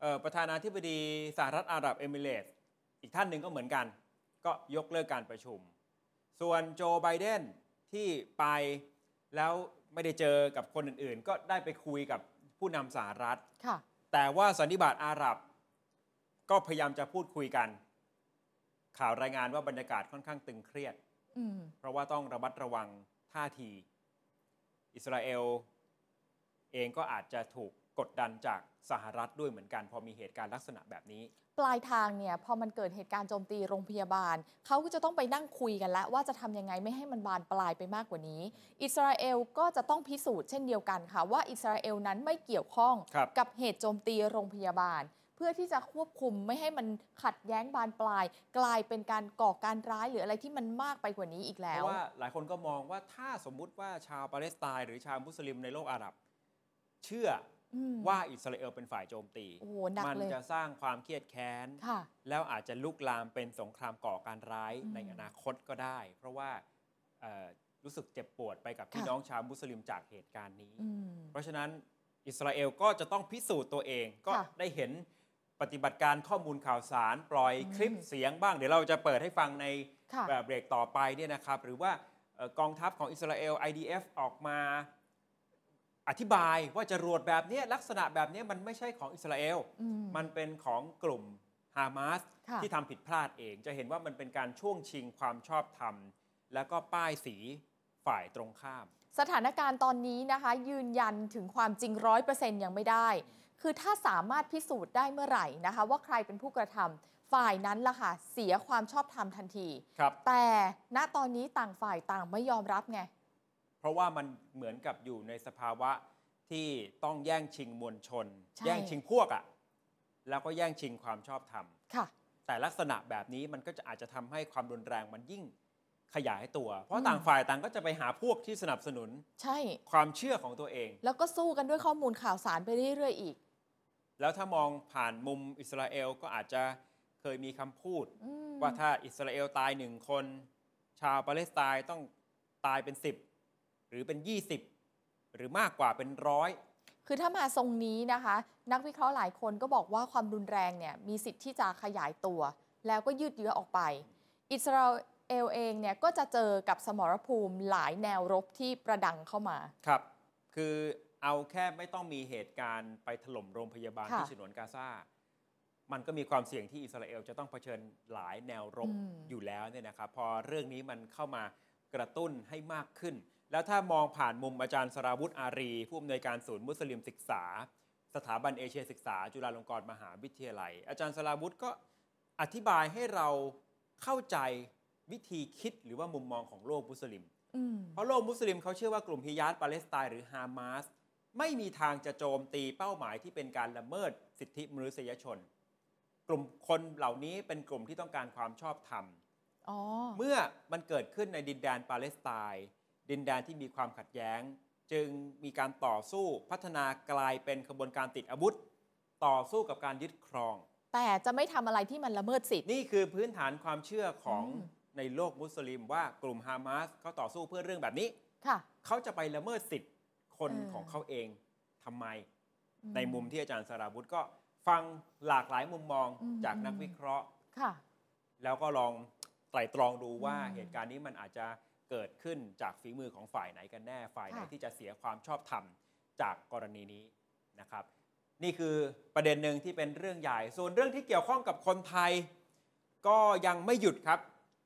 B: เอ่อประธานาธิบดีสหรัฐอาหรับเอมิเรตส์อีกท่านหนึ่งก็เหมือนกัน ก็ยกเลิกการประชุม ส่วนโจไบเดนที่ไปแล้วไม่ได้เจอกับคนอื่นๆ ก็ได้ไปคุยกับผู้นำสหรัฐ
C: ค่ะ
B: แต่ว่าสันนิบาตอาหรับ ก็พยายามจะพูดคุยกัน ข่าวรายงานว่าบรรยากาศค่อนข้างตึงเครียด
C: อืม
B: เพราะว่าต้องระมัดระวังท่าที อิสราเอล เองก็อาจจะถูกกดดันจากสหรัฐด้วยเหมือนกัน พอมีเหตุการณ์ลักษณะแบบนี้
C: ปลายทางเนี่ยพอมันเกิดเหตุการณ์โจมตีโรงพยาบาล เขาก็จะต้องไปนั่งคุยกันละว่าจะทำยังไงไม่ให้มันบานปลายไปมากกว่านี้ อิสราเอลก็จะต้องพิสูจน์เช่นเดียวกันค่ะ ว่าอิสราเอลนั้นไม่เกี่ยวข้อง
B: ครับ
C: กับเหตุโจมตีโรงพยาบาล เพื่อที่จะควบคุมไม่ให้มันขัดแย้งบานปลาย กลายเป็นการก่อการร้ายหรืออะไรที่มันมากไปกว่านี้อีก
B: เพ
C: แล้ว
B: ราะว่าหลายคนก็มองว่าถ้าสมมุติว่าชาวปาเลสไตน์หรือชาวมุสลิมในโลกอาหรับ เชื่อ
C: อืม
B: ว่าอิสราเอลเป็นฝ่ายโจมตี
C: โอ้โหหนัก
B: มั
C: เลย
B: จะสร้างความเครียดแค้น
C: ค่ะ
B: แล้วอาจจะลุกลามเป็นสงครามก่อการร้าย
C: อืม
B: ในอนาคตก็ได้ เพราะว่าเอ่อรู้สึกเจ็บปวดไปกับพี่
C: ค่ะ
B: น้องชาวมุสลิมจากเหตุการณ์นี้
C: อืม
B: เพราะฉะนั้นอิสราเอลก็จะต้องพิสูจน์ตัวเองก็
C: ค่ะ
B: ได้เห็นปฏิบัติการข้อมูลข่าวสาร ปล่อย
C: อืม
B: คลิปเสียงบ้าง เดี๋ยวเราจะเปิดให้ฟังใน
C: ค่ะ
B: แบบเบรกต่อไปเนี่ยนะครับ หรือว่าเอ่อกองทัพของอิสราเอล IDF ออกมา อธิบายว่าจรวดแบบเนี้ยลักษณะแบบเนี้ยมันไม่ใช่ของอิสราเอล
C: อืม
B: มันเป็นของกลุ่มฮามาส
C: ค่ะ
B: ที่ทำผิดพลาดเอง จะเห็นว่ามันเป็นการช่วงชิงความชอบธรรม แล้วก็ป้ายสีฝ่ายตรงข้าม
C: สถานการณ์ตอนนี้นะคะยืนยันถึงความจริงร้อยเปอร์เซ็นยังไม่ได้ คือถ้าสามารถพิสูจน์ได้เมื่อไหร่นะคะ ว่าใครเป็นผู้กระทำฝ่ายนั้นล่ะค่ะเสียความชอบธรรมทันที
B: ครับ
C: แต่ณตอนนี้ต่างฝ่ายต่างไม่ยอมรับไง
B: เพราะว่ามันเหมือนกับอยู่ในสภาวะที่ต้องแย่งชิงมวลชน
C: ใช่
B: แย่งชิงพวกอะ่ะ แล้วก็แย่งชิงความชอบธรรม
C: ค่ะ
B: แต่ลักษณะแบบนี้มันก็จะอาจจะทำให้ความรุนแรงมันยิ่งขยายตัว เพ
C: อื
B: ราะ
C: ม
B: ต่างฝ่ายต่างก็จะไปหาพวกที่สนับสนุน
C: ใช่
B: ความเชื่อของตัวเอง
C: แล้วก็สู้กันด้วยข้อมูลข่าวสารไปเรื่อยๆอีก
B: แล้วถ้ามองผ่านมุมอิสราเอลก็อาจจะเคยมีคำพูด
C: อืม
B: ว่าถ้าอิสราเอลตายหนึ่งคน ชาวปาเลสไตน์ต้องตายเป็นสิบหรือเป็นยี่สิบหรือมากกว่าเป็นร้อย
C: คือถ้ามาทรงนี้นะคะ นักวิเคราะห์หลายคนก็บอกว่าความรุนแรงเนี่ยมีสิทธิ์ที่จะขยายตัว แล้วก็ยืดเยื้อออกไป อิสราเอลเองเนี่ยก็จะเจอกับสมรภูมิหลายแนวรบที่ประดังเข้ามา
B: ครับ คือเอาแค่ไม่ต้องมีเหตุการณ์ไปถล่มโรงพยาบาล
C: ค่ะ
B: ที่ฉนวนกาซา มันก็มีความเสี่ยงที่อิสราเอลจะต้องเผชิญหลายแนวรบ
C: อืม
B: อยู่แล้วเนี่ยนะครับ พอเรื่องนี้มันเข้ามากระตุ้นให้มากขึ้น แล้วถ้ามองผ่านมุมอาจารย์สราวุธอารี ผู้อำนวยการศูนย์มุสลิมศึกษา สถาบันเอเชียศึกษา จุฬาลงกรณ์มหาวิทยาลัย อาจารย์สราวุธก็อธิบายให้เราเข้าใจ วิธีคิดหรือว่ามุมมองของโลกมุสลิม
C: อืม
B: เพราะโลกมุสลิมเขาเชื่อว่ากลุ่มฮิยาตปาเลสไตน์หรือฮามาสไม่มีทางจะโจมตีเป้าหมายที่เป็นการละเมิดสิทธิมนุษยชน กลุ่มคนเหล่านี้เป็นกลุ่มที่ต้องการความชอบธรรม
C: อ๋อ
B: เมื่อมันเกิดขึ้นในดินแดนปาเลสไตน์ ดินแดนที่มีความขัดแย้ง จึงมีการต่อสู้พัฒนากลายเป็นขบวนการติดอาวุธ ต่อสู้กับการยึดครอง
C: แต่จะไม่ทำอะไรที่มันละเมิดสิทธิ์
B: นี่คือพื้นฐานความเชื่อของ
C: อืม
B: ในโลกมุสลิมว่ากลุ่มฮามาสเขาต่อสู้เพื่อเรื่องแบบนี้
C: ค่ะ
B: เขาจะไปละเมิดสิทธิ์คน
C: เออ
B: ของเขาเองทำไม
C: อื
B: ในมุมที่อาจารย์สราวุธก็ฟังหลากหลายมุมมอง
C: อืม
B: จากนักวิเคราะห์
C: ค่ะ
B: แล้วก็ลองไตร่ตรองดูว่า
C: อืม
B: เหตุการณ์นี้มันอาจจะเกิดขึ้นจากฝีมือของฝ่ายไหนกันแน่ ฝ่ายไหน
C: ค่ะ
B: ที่จะเสียความชอบธรรมจากกรณีนี้นะครับ นี่คือประเด็นหนึ่งที่เป็นเรื่องใหญ่ ส่วนเรื่องที่เกี่ยวข้องกับคนไทย ก็ยังไม่หยุดครับ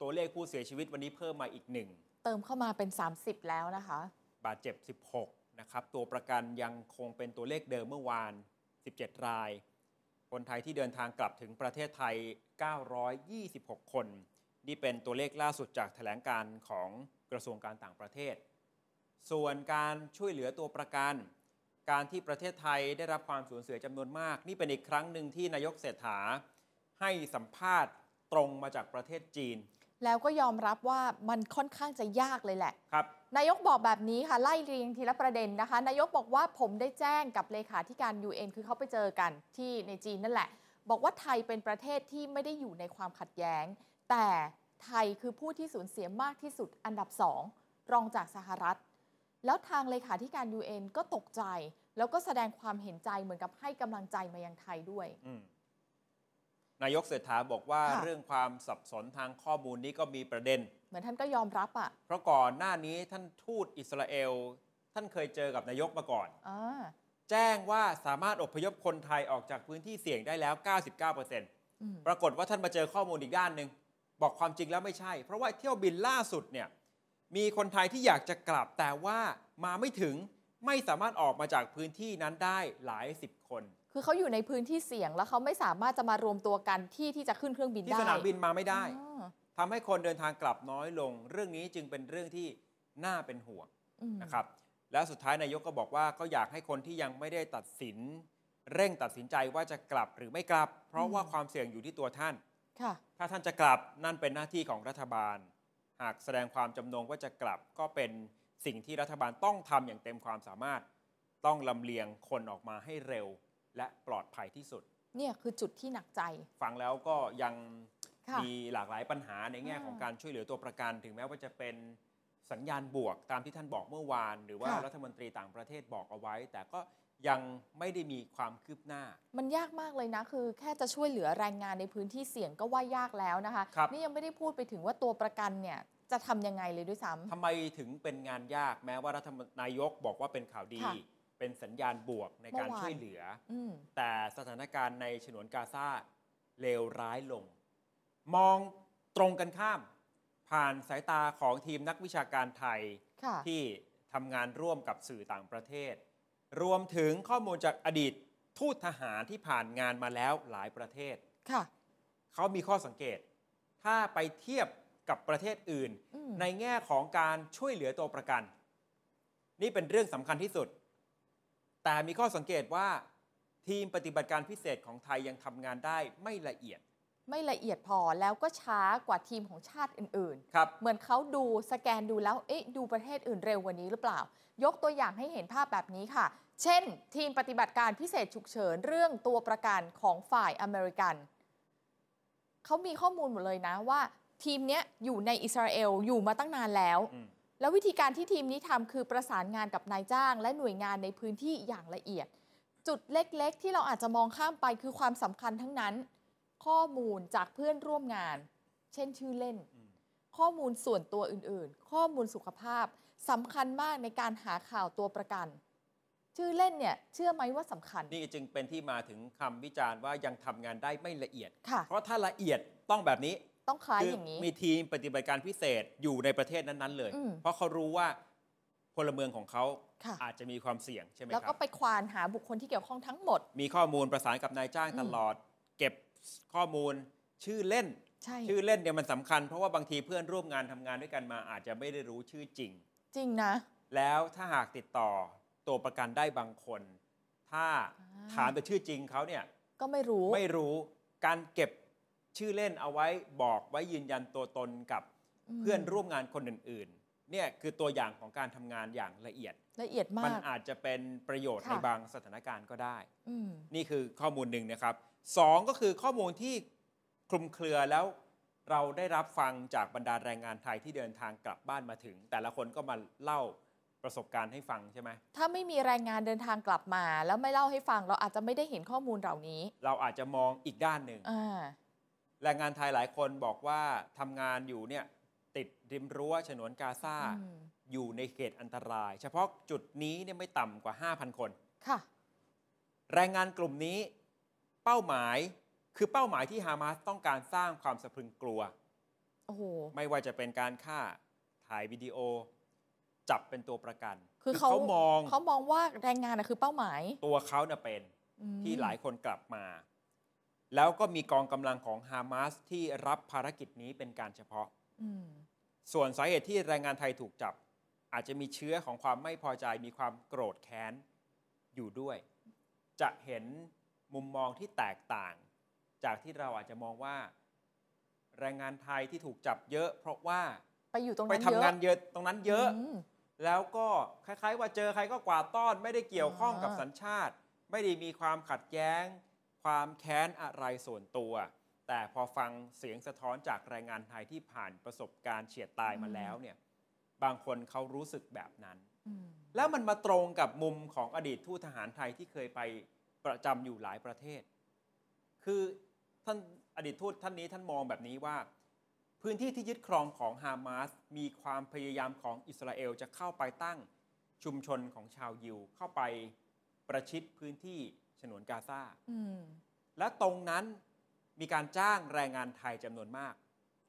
B: ตัวเลขผู้เสียชีวิตวันนี้เพิ่มมาอีกหนึ่ง
C: เติมเข้ามาเป็น 30 แล้วนะคะ
B: บาดเจ็บ 16 นะครับ ตัวประกันยังคงเป็นตัวเลขเดิมเมื่อวาน 17 ราย คนไทยที่เดินทางกลับถึงประเทศไทย 926 คน นี่เป็นตัวเลขล่าสุดจากแถลงการของกระทรวงการต่างประเทศ ส่วนการช่วยเหลือตัวประกัน การที่ประเทศไทยได้รับความสูญเสียจำนวนมาก นี่เป็นอีกครั้งหนึ่งที่นายกเศรษฐาให้สัมภาษณ์ตรงมาจากประเทศจีน
C: แล้วก็ยอมรับว่ามันค่อนข้างจะยากเลยแหละ
B: ครับ
C: นายกบอกแบบนี้ค่ะ ไล่เรียงทีละประเด็นนะคะ นายกบอกว่าผมได้แจ้งกับเลขาธิการ UN คือเขาไปเจอกันที่ในจีนนั่นแหละ บอกว่าไทยเป็นประเทศที่ไม่ได้อยู่ในความขัดแย้ง แต่ไทยคือผู้ที่สูญเสียมากที่สุดอันดับสองรองจากสหรัฐ แล้วทางเลขาธิการ UN ก็ตกใจ แล้วก็แสดงความเห็นใจเหมือนกับให้กำลังใจมายังไทยด้วย
B: อืมนายกเศรษฐาบอกว่า
C: ค่ะ
B: เรื่องความสับสนทางข้อมูลนี้ก็มีประเด็น
C: เหมือนท่านก็ยอมรับอ่ะ
B: เพราะก่อนหน้านี้ท่านทูตอิสราเอล ท่านเคยเจอกับนายกมาก่อน
C: อ่า
B: แจ้งว่าสามารถอพยพคนไทยออกจากพื้นที่เสี่ยงได้แล้ว 99%
C: อืม
B: ปรากฏว่าท่านมาเจอข้อมูลอีกด้านหนึ่งบอกความจริงแล้วไม่ใช่ เพราะว่าเที่ยวบินล่าสุดเนี่ยมีคนไทยที่อยากจะกลับแต่ว่ามาไม่ถึงไม่สามารถออกมาจากพื้นที่นั้นได้หลายสิบคน
C: คือเขาอยู่ในพื้นที่เสี่ยงแล้วเขาไม่สามารถจะมารวมตัวกันที่ที่จะขึ้นเครื่องบิน
B: ที่
C: ได้
B: สนามบินมาไม่ได้
C: อ่า
B: ทำให้คนเดินทางกลับน้อยลง เรื่องนี้จึงเป็นเรื่องที่น่าเป็นห่วง
C: อืม
B: นะครับ แล้วสุดท้ายนายกก็บอกว่าก็อยากให้คนที่ยังไม่ได้ตัดสิน เร่งตัดสินใจว่าจะกลับหรือไม่กลับ เพราะว่าความเสี่ยงอยู่ที่ตัวท่าน
C: ค่ะ
B: ถ้าท่านจะกลับนั่นเป็นหน้าที่ของรัฐบาล หากแสดงความจำนงว่าจะกลับก็เป็นสิ่งที่รัฐบาลต้องทำอย่างเต็มความสามารถ ต้องลำเลียงคนออกมาให้เร็ว และปลอดภัยที่สุด
C: เนี่ยคือจุดที่หนักใจ
B: ฟังแล้วก็ยัง
C: ค่ะ
B: มีหลากหลายปัญหาในแง่
C: อ่า
B: ของการช่วยเหลือตัวประกัน ถึงแม้ว่าจะเป็นสัญญาณบวกตามที่ท่านบอกเมื่อวาน หรือว่า
C: ค่ะ
B: รัฐมนตรีต่างประเทศบอกเอาไว้ แต่ก็ยังไม่ได้มีความคืบหน้า
C: มันยากมากเลยนะ คือแค่จะช่วยเหลือแรงงานในพื้นที่เสี่ยงก็ว่ายากแล้วนะคะ
B: ครับ
C: นี่ยังไม่ได้พูดไปถึงว่าตัวประกันเนี่ย จะทำยังไงเลยด้วยซ้
B: ทำไมถึงเป็นงานยากแม้ว่ารัฐมนนายกบอกว่าเป็นข่าวดี
C: ค่ะ
B: เป็นสัญญาณบวกในการ
C: เมื่อวาน
B: ช่วยเหลือ
C: ำอืม
B: แต่สถานการณ์ในฉนวนกาซาเลวร้ายลง มองตรงกันข้าม ผ่านสายตาของทีมนักวิชาการไทย
C: ค่ะ
B: ที่ทำงานร่วมกับสื่อต่างประเทศ รวมถึงข้อมูลจากอดีตทูตทหารที่ผ่านงานมาแล้วหลายประเทศ
C: ค่ะ
B: เขามีข้อสังเกต ถ้าไปเทียบกับประเทศอื่น
C: อืม
B: ในแง่ของการช่วยเหลือตัวประกัน นี่เป็นเรื่องสำคัญที่สุด แต่มีข้อสังเกตว่า ทีมปฏิบัติการพิเศษของไทยยังทำงานได้ไม่ละเอียด
C: ไม่ละเอียดพอแล้วก็ช้ากว่าทีมของชาติอื่น
B: ครับ
C: ๆ เหมือนเขาดูสแกนดูแล้ว เอ๊ะ ดูประเทศอื่นเร็วกว่านี้หรือเปล่า ยกตัวอย่างให้เห็นภาพแบบนี้ค่ะ เช่น ทีมปฏิบัติการพิเศษฉุกเฉินเรื่องตัวประกันของฝ่ายอเมริกัน เขามีข้อมูลหมดเลยนะว่า ทีมเนี้ยอยู่ในอิสราเอลอยู่มาตั้งนานแล้ว
B: อืม
C: แล้ววิธีการที่ทีมนี้ทำคือประสานงานกับนายจ้าง และหน่วยงานในพื้นที่อย่างละเอียด จุดเล็กๆ ที่เราอาจจะมองข้ามไปคือความสำคัญทั้งนั้น ข้อมูลจากเพื่อนร่วมงาน เช่นชื่อเล่น ข้อมูลส่วนตัวอื่นๆ ข้อมูลสุขภาพสำคัญมากในการหาข่าวตัวประกัน ชื่อเล่นเนี่ยเชื่อไหมว่าสำคัญ
B: นี่จึงเป็นที่มาถึงคำวิจารณ์ว่ายังทำงานได้ไม่ละเอียด
C: ค่ะ
B: เพราะถ้าละเอียดต้องแบบนี้
C: ต้องคล้าย
B: คือ
C: อ
B: อย่าง
C: นี้
B: มีทีมปฏิบัติการพิเศษอยู่ในประเทศนั้น ๆ เลย
C: อืม
B: เพราะเขารู้ว่าพลเมืองของเขา
C: ค่ะ
B: อาจจะมีความเสี่ยงใช่ไหม
C: แล้ว
B: ค
C: ก็
B: รับ
C: ไปควานหาบุคคลที่เกี่ยวข้องทั้งหมด
B: มีข้อมูลประสานกับนายจ้าง
C: อืม
B: ตลอด เก็บข้อมูลชื่อเล่น
C: ใช่
B: ชื่อเล่นเนี่ยมันสำคัญเพราะว่าบางทีเพื่อนร่วมงานทำงานด้วยกันมาอาจจะไม่ได้รู้ชื่อจริง
C: จริงนะ
B: แล้วถ้าหากติดต่อตัวประกันได้บางคน ถ้า
C: อ่า
B: ถามแต่ชื่อจริงเขาเนี่ย
C: ก็ไม่รู้
B: ไม่รู้การเก็บชื่อเล่นเอาไว้บอกไว้ยืนยันตัวตนกับ
C: อืม
B: เพื่อนร่วมงานคนอื่นๆเนี่ยคือตัวอย่างของการทำงานอย่างละเอียด
C: ละเอียด
B: มั
C: มาก
B: อาจจะเป็นประโยชน์
C: ค่ะ
B: ในบางสถานการณ์ก็ได้
C: อืม
B: นี่คือข้อมูลหนึ่งนะครับสองก็คือข้อมูลที่คลุมเครือแล้วเราได้รับฟังจากบรรดาแรงงานไทยที่เดินทางกลับบ้านมาถึง แต่ละคนก็มาเล่าประสบการณ์ให้ฟังใช่ไหม
C: ถ้าไม่มีแรงงานเดินทางกลับมา แล้วไม่เล่าให้ฟังเราอาจจะไม่ได้เห็นข้อมูลเหล่านี้
B: เราอาจจะมองอีกด้านหนึ่ง
C: อ่า
B: แรงงานไทยหลายคนบอกว่าทำงานอยู่เนี่ยติดริมรั้วฉนวนกาซา
C: อืม
B: อยู่ในเขตอันตราย เฉพาะจุดนี้เนี่ยไม่ต่ำกว่า 5,000 คน
C: ค่ะ
B: แรงงานกลุ่มนี้เป้าหมายคือเป้าหมายที่ฮามาสต้องการสร้างความสะพรึงกลัว
C: โอ้โห
B: ไม่ว่าจะเป็นการฆ่าถ่ายวิดีโอ จับเป็นตัวประกัน
C: คือเขา
B: มอง
C: เขามองว่าแรงงานน่ะคือเป้าหมาย
B: ตัวเขาเน่ะเป็น
C: อืม
B: ที่หลายคนกลับมา แล้วก็มีกองกำลังของฮามาสที่รับภารกิจนี้เป็นการเฉพาะ
C: อืม
B: ส่วนสาเหตุที่แรงงานไทยถูกจับ อาจจะมีเชื้อของความไม่พอใจมีความโกรธแค้นอยู่ด้วย จะเห็นมุมมองที่แตกต่าง จากที่เราอาจจะมองว่า แรงงานไทยที่ถูกจับเยอะ เพราะว่า
C: ไปอยู่ตรง
B: ไป
C: นั้น
B: ทำ
C: เยอะ
B: งานเยอะตรงนั้นเยอะ
C: ม
B: แล้วก็คล้ายๆ ว่าเจอใครก็กวาดต้อน ไม่ได้เกี่ยวข้องกับ
C: อ่า
B: สัญชาติ ไม่ได้มีความขัดแย้ง ความแค้นอะไรส่วนตัว แต่พอฟังเสียงสะท้อนจากแรงงานไทยที่ผ่านประสบการณ์เฉียดตายมาแล้วเนี่ยบางคนเขารู้สึกแบบนั้น
C: อืม
B: แล้วมันมาตรงกับมุมของอดีตทูตทหารไทยที่เคยไปประจำอยู่หลายประเทศ คือท่านอดีตทูตท่านนี้ท่านมองแบบนี้ว่า พื้นที่ที่ยึดครองของฮามาสมีความพยายามของอิสราเอลจะเข้าไปตั้งชุมชนของชาวยิว เข้าไปประชิดพื้นที่ฉนวนกาซา
C: อืม
B: และตรงนั้นมีการจ้างแรงงานไทยจำนวนมาก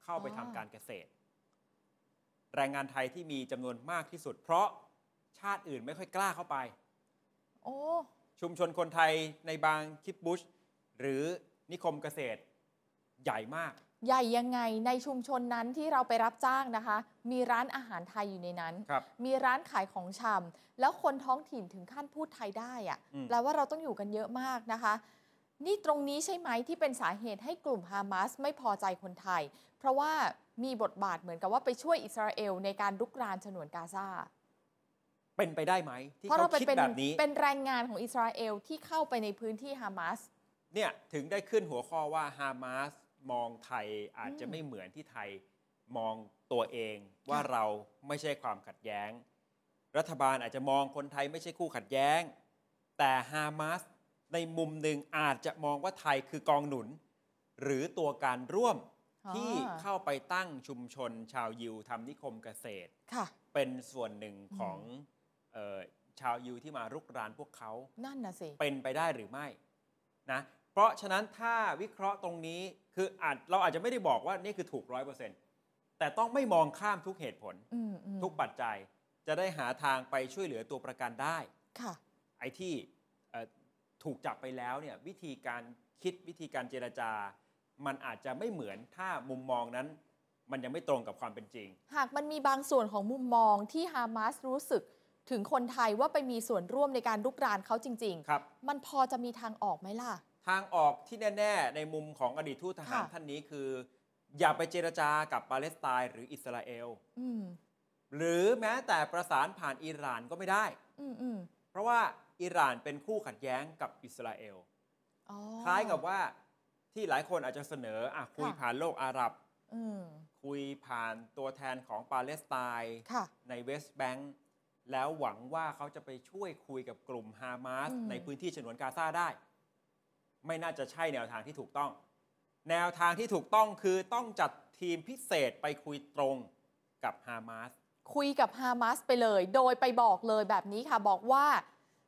B: เข้าไปทำการเกษตร แรงงานไทยที่มีจำนวนมากที่สุด เพราะชาติอื่นไม่ค่อยกล้าเข้าไป
C: โอ้
B: ชุมชนคนไทยในบางคิปบุช หรือนิคมเกษตรใหญ่มาก
C: ใหญ่ยังไงในชุมชนนั้นที่เราไปรับจ้างนะคะ มีร้านอาหารไทยอยู่ในนั้น
B: ครับ
C: มีร้านขายของชำแล้วคนท้องถิ่นถึงขั้นพูดไทยได้อะ
B: อืม
C: แปลว่าเราต้องอยู่กันเยอะมากนะคะ นี่ตรงนี้ใช่ไหมที่เป็นสาเหตุให้กลุ่มฮามาสไม่พอใจคนไทย เพราะว่ามีบทบาทเหมือนกับว่าไปช่วยอิสราเอลในการลุกรานฉนวนกาซา
B: เป็นไปได้ไหม ที่
C: เพราะ
B: เขา
C: เราเป็น
B: คิด
C: เป็น
B: แบบนี้
C: เป็นแรงงานของอิสราเอลที่เข้าไปในพื้นที่ฮามาส
B: เนี่ยถึงได้ขึ้นหัวข้อว่าฮามาสมองไทยอาจจะ
C: อืม
B: ไม่เหมือนที่ไทยมองตัวเองว่าเราไม่ใช่ความขัดแย้ง รัฐบาลอาจจะมองคนไทยไม่ใช่คู่ขัดแย้ง แต่ฮามาสในมุมหนึ่งอาจจะมองว่าไทยคือกองหนุน หรือตัวการร่วม
C: อ๋อ
B: ที่เข้าไปตั้งชุมชนชาวยิวทำนิคมเกษตร
C: ค่ะ
B: เป็นส่วนหนึ่งของ
C: อื
B: เออชาวยิวที่มารุกรานพวกเขา
C: นั่นน่ะสิ
B: เป็นไปได้หรือไม่นะเพราะฉะนั้นถ้าวิเคราะห์ตรงนี้คืออาจเราอาจจะไม่ได้บอกว่านี่คือถูกร้อยเปอร์เซ็นต์แต่ต้องไม่มองข้ามทุกเหตุผล
C: อืมอืม
B: ทุกปัจจัยจะได้หาทางไปช่วยเหลือตัวประกันได้
C: ค่ะ
B: ไอ้ที่เอ่อถูกจับไปแล้วเนี่ยวิธีการคิดวิธีการเจรจา มันอาจจะไม่เหมือนถ้ามุมมองนั้น มันยังไม่ตรงกับความเป็นจริง
C: หากมันมีบางส่วนของมุมมองที่ฮามาสรู้สึกถึงคนไทยว่าไปมีส่วนร่วมในการลุกรานเขาจริง
B: ครับ
C: ๆ มันพอจะมีทางออกไหมล่ะ
B: ทางออกที่แน่ ๆ ในมุมของอดีตทูตทหาร
C: ค่ะ
B: ท่านนี้คือ อย่าไปเจรจากับปาเลสไตน์หรืออิสราเอล
C: อืม
B: หรือแม้แต่ประสานผ่านอิหร่านก็ไม่ได้
C: อืมอืม
B: เพราะว่าอิหร่านเป็นคู่ขัดแย้งกับอิสราเอล
C: อ๋อ
B: คล้ายกับว่าที่หลายคนอาจจะเสนออะคุยผ่านโลกอาหรับ
C: อืม
B: คุยผ่านตัวแทนของปาเลสไตน์
C: ค่ะ
B: ในเวสต์แบงก์แล้วหวังว่าเขาจะไปช่วยคุยกับกลุ่มฮามาส
C: อืม
B: ในพื้นที่ฉนวนกาซาได้ ไม่น่าจะใช่แนวทางที่ถูกต้อง แนวทางที่ถูกต้องคือต้องจัดทีมพิเศษไปคุยตรงกับฮามาส
C: คุยกับฮามาสไปเลย โดยไปบอกเลยแบบนี้ค่ะ บอกว่า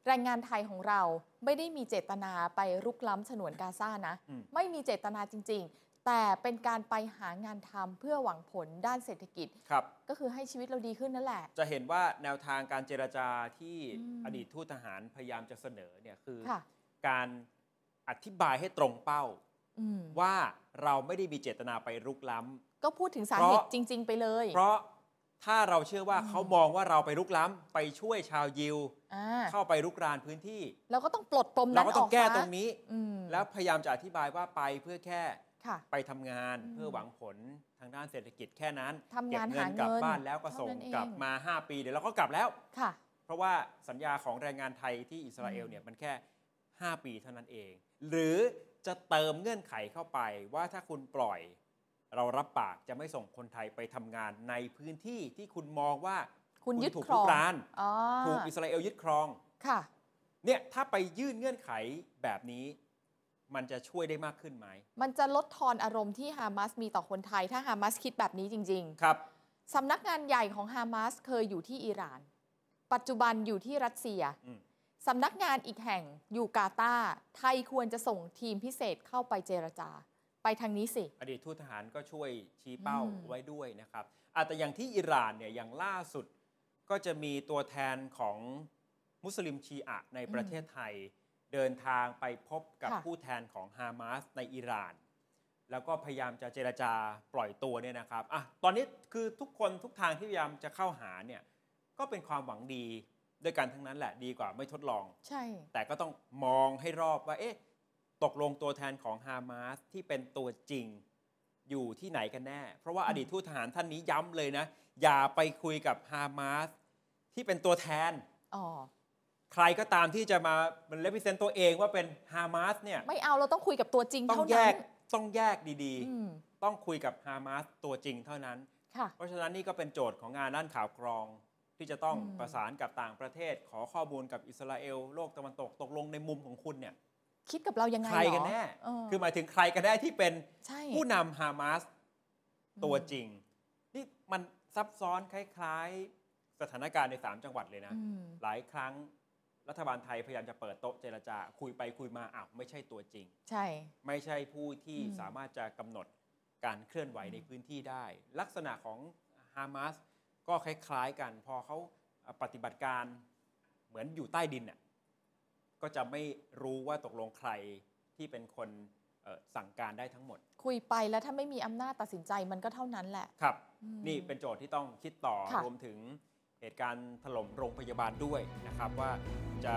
C: แรงงานไทยของเราไม่ได้มีเจตนาไปรุกล้ำฉนวนกาซานะ
B: อืม
C: ไม่มีเจตนาจริง ๆ แต่เป็นการไปหางานทำเพื่อหวังผลด้านเศรษฐกิจ
B: ครับ
C: ก็คือให้ชีวิตเราดีขึ้นนั่นแหละ
B: จะเห็นว่าแนวทางการเจรจาที่
C: อืม
B: อดีตทูตทหารพยายามจะเสนอเนี่ยคือ
C: ค่ะ
B: การอธิบายให้ตรงเป้า
C: อืม
B: ว่าเราไม่ได้มีเจตนาไปรุกล้ำ
C: ก็พูดถึงสา
B: เพ
C: เห
B: ราะ
C: ตุจริง ๆ ไปเลย
B: เพราะถ้าเราเชื่อว่า
C: อืม
B: เขามองว่าเราไปรุกล้ำไปช่วยชาวยิว
C: อ่า
B: เข้าไปรุกรานพื้นที่
C: เราก็ต้องปลดปม
B: เรา
C: นั้น
B: ก็
C: อ
B: ต้อ
C: อง ก
B: แก้
C: ซะ
B: ตรงนี้
C: อืม
B: แล้วพยายามจะอธิบายว่าไปเพื่อแค่
C: ค่ะ
B: ไปทำงาน
C: อืม
B: เพื่อหวังผลทางด้านเศรษฐกิจแค่นั้น
C: ทำ
B: เก็บ
C: งาน
B: เงิน
C: หาก
B: ลับ
C: เงิน
B: บ้านแล้วก็
C: เท่า
B: ส่ง
C: นั้นเอง
B: กลับมา 5 ปีเดี๋ยวเราก็กลับแล้ว
C: ค่ะ
B: เพราะว่าสัญญาของแรงงานไทยที่อิสราเอล
C: อืม
B: เนี่ยมันแค่ 5 ปีเท่านั้นเอง หรือจะเติมเงื่อนไขเข้าไปว่าถ้าคุณปล่อย เรารับปากจะไม่ส่งคนไทยไปทำงานในพื้นที่ที่คุณมองว่า
C: คุณยึด
B: ถูก
C: ครอง
B: กราน
C: อ๋อ
B: ถูกอิสราเอลยึดครอง
C: ค่ะ
B: เนี่ยถ้าไปยื่นเงื่อนไขแบบนี้ มันจะช่วยได้มากขึ้นไหม
C: มันจะลดทอนอารมณ์ที่ฮามาสมีต่อคนไทย ถ้าฮามาสคิดแบบนี้จริง ๆ
B: ครับ
C: สำนักงานใหญ่ของฮามาสเคยอยู่ที่อิหร่าน ปัจจุบันอยู่ที่รัสเซีย
B: อืม
C: สำนักงานอีกแห่งอยู่กาตาร์ไทยควรจะส่งทีมพิเศษเข้าไปเจรจา ไปทางนี้สิ
B: อดีตทูตทหารก็ช่วยชี้เป้า
C: อืม
B: ไว้ด้วยนะครับอาแต่อย่างที่อิหร่านเนี่ยอย่างล่าสุดก็จะมีตัวแทนของมุสลิมชีอะในประเทศไทย เดินทางไปพบกับ
C: ค่ะ
B: ผู้แทนของฮามาสในอิหร่าน แล้วก็พยายามจะเจรจาปล่อยตัวเนี่ยนะครับอ่ะตอนนี้คือทุกคนทุกทางที่พยายามจะเข้าหาเนี่ยก็เป็นความหวังดีด้วยกันทั้งนั้นแหละดีกว่าไม่ทดลอง
C: ใช่
B: แต่ก็ต้องมองให้รอบว่า เอ๊ะ ตกลงตัวแทนของฮามาสที่เป็นตัวจริงอยู่ที่ไหนกันแน่ เพราะว่าอดีตทูตทหารท่านนี้ย้ำเลยนะ อย่าไปคุยกับฮามาสที่เป็นตัวแทน
C: อ๋อ
B: ใครก็ตามที่จะมาเลพิเซนตัวเองว่าเป็นฮามาสเนี่ย
C: ไม่เอาเราต้องคุยกับตัวจริง
B: ต้อ
C: เท่าง
B: แย
C: นั้
B: ก
C: น
B: ต้องแยกดี
C: อืม
B: ๆ ต้องคุยกับฮามาสตัวจริงเท่านั้น
C: ค่ะ
B: เพราะฉะนั้นนี่ก็เป็นโจทย์ของงานด้านข่าวกรอง ที่จะต้อง
C: อืม
B: ประสานกับต่างประเทศ ขอข้อมูลกับอิสราเอลโลกตะวันตกตกลงในมุมของคุณเนี่ย
C: คิดกับเรายังไง
B: ใครกันแน่
C: เหรอเ
B: คือหมายถึงใครกันแน่ที่เป็น
C: ใช่
B: ผู้นำฮามาสตัวจริง นี่มันซับซ้อนคล้ายๆ สถานการณ์ใน 3 จังหวัดเลยนะ
C: อืม
B: หลายครั้งรัฐบาลไทยพยายามจะเปิดโต๊ะเจรจา คุยไปคุยมาอ้าวไม่ใช่ตัวจริง
C: ใช่
B: ไม่ใช่ผู้ที่
C: อืม
B: สามารถจะกำหนดการเคลื่อนไหวในพื้นที่ได้ ลักษณะของฮามาสก็คล้ายๆกัน พอเขาปฏิบัติการเหมือนอยู่ใต้ดินน่ะก็จะไม่รู้ว่าตกลงใครที่เป็นคนเอ่อสั่งการได้ทั้งหมด
C: คุยไปแล้วถ้าไม่มีอำนาจตัดสินใจมันก็เท่านั้นแหละ
B: ครับ
C: อืม
B: นี่เป็นโจทย์ที่ต้องคิดต่อ
C: ค่ะ
B: รวมถึงเหตุการณ์ถล่มโรงพยาบาลด้วยนะครับ ว่าจะ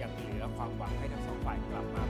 B: ยังเหลือความหวังให้ทั้งสองฝ่ายกลับมา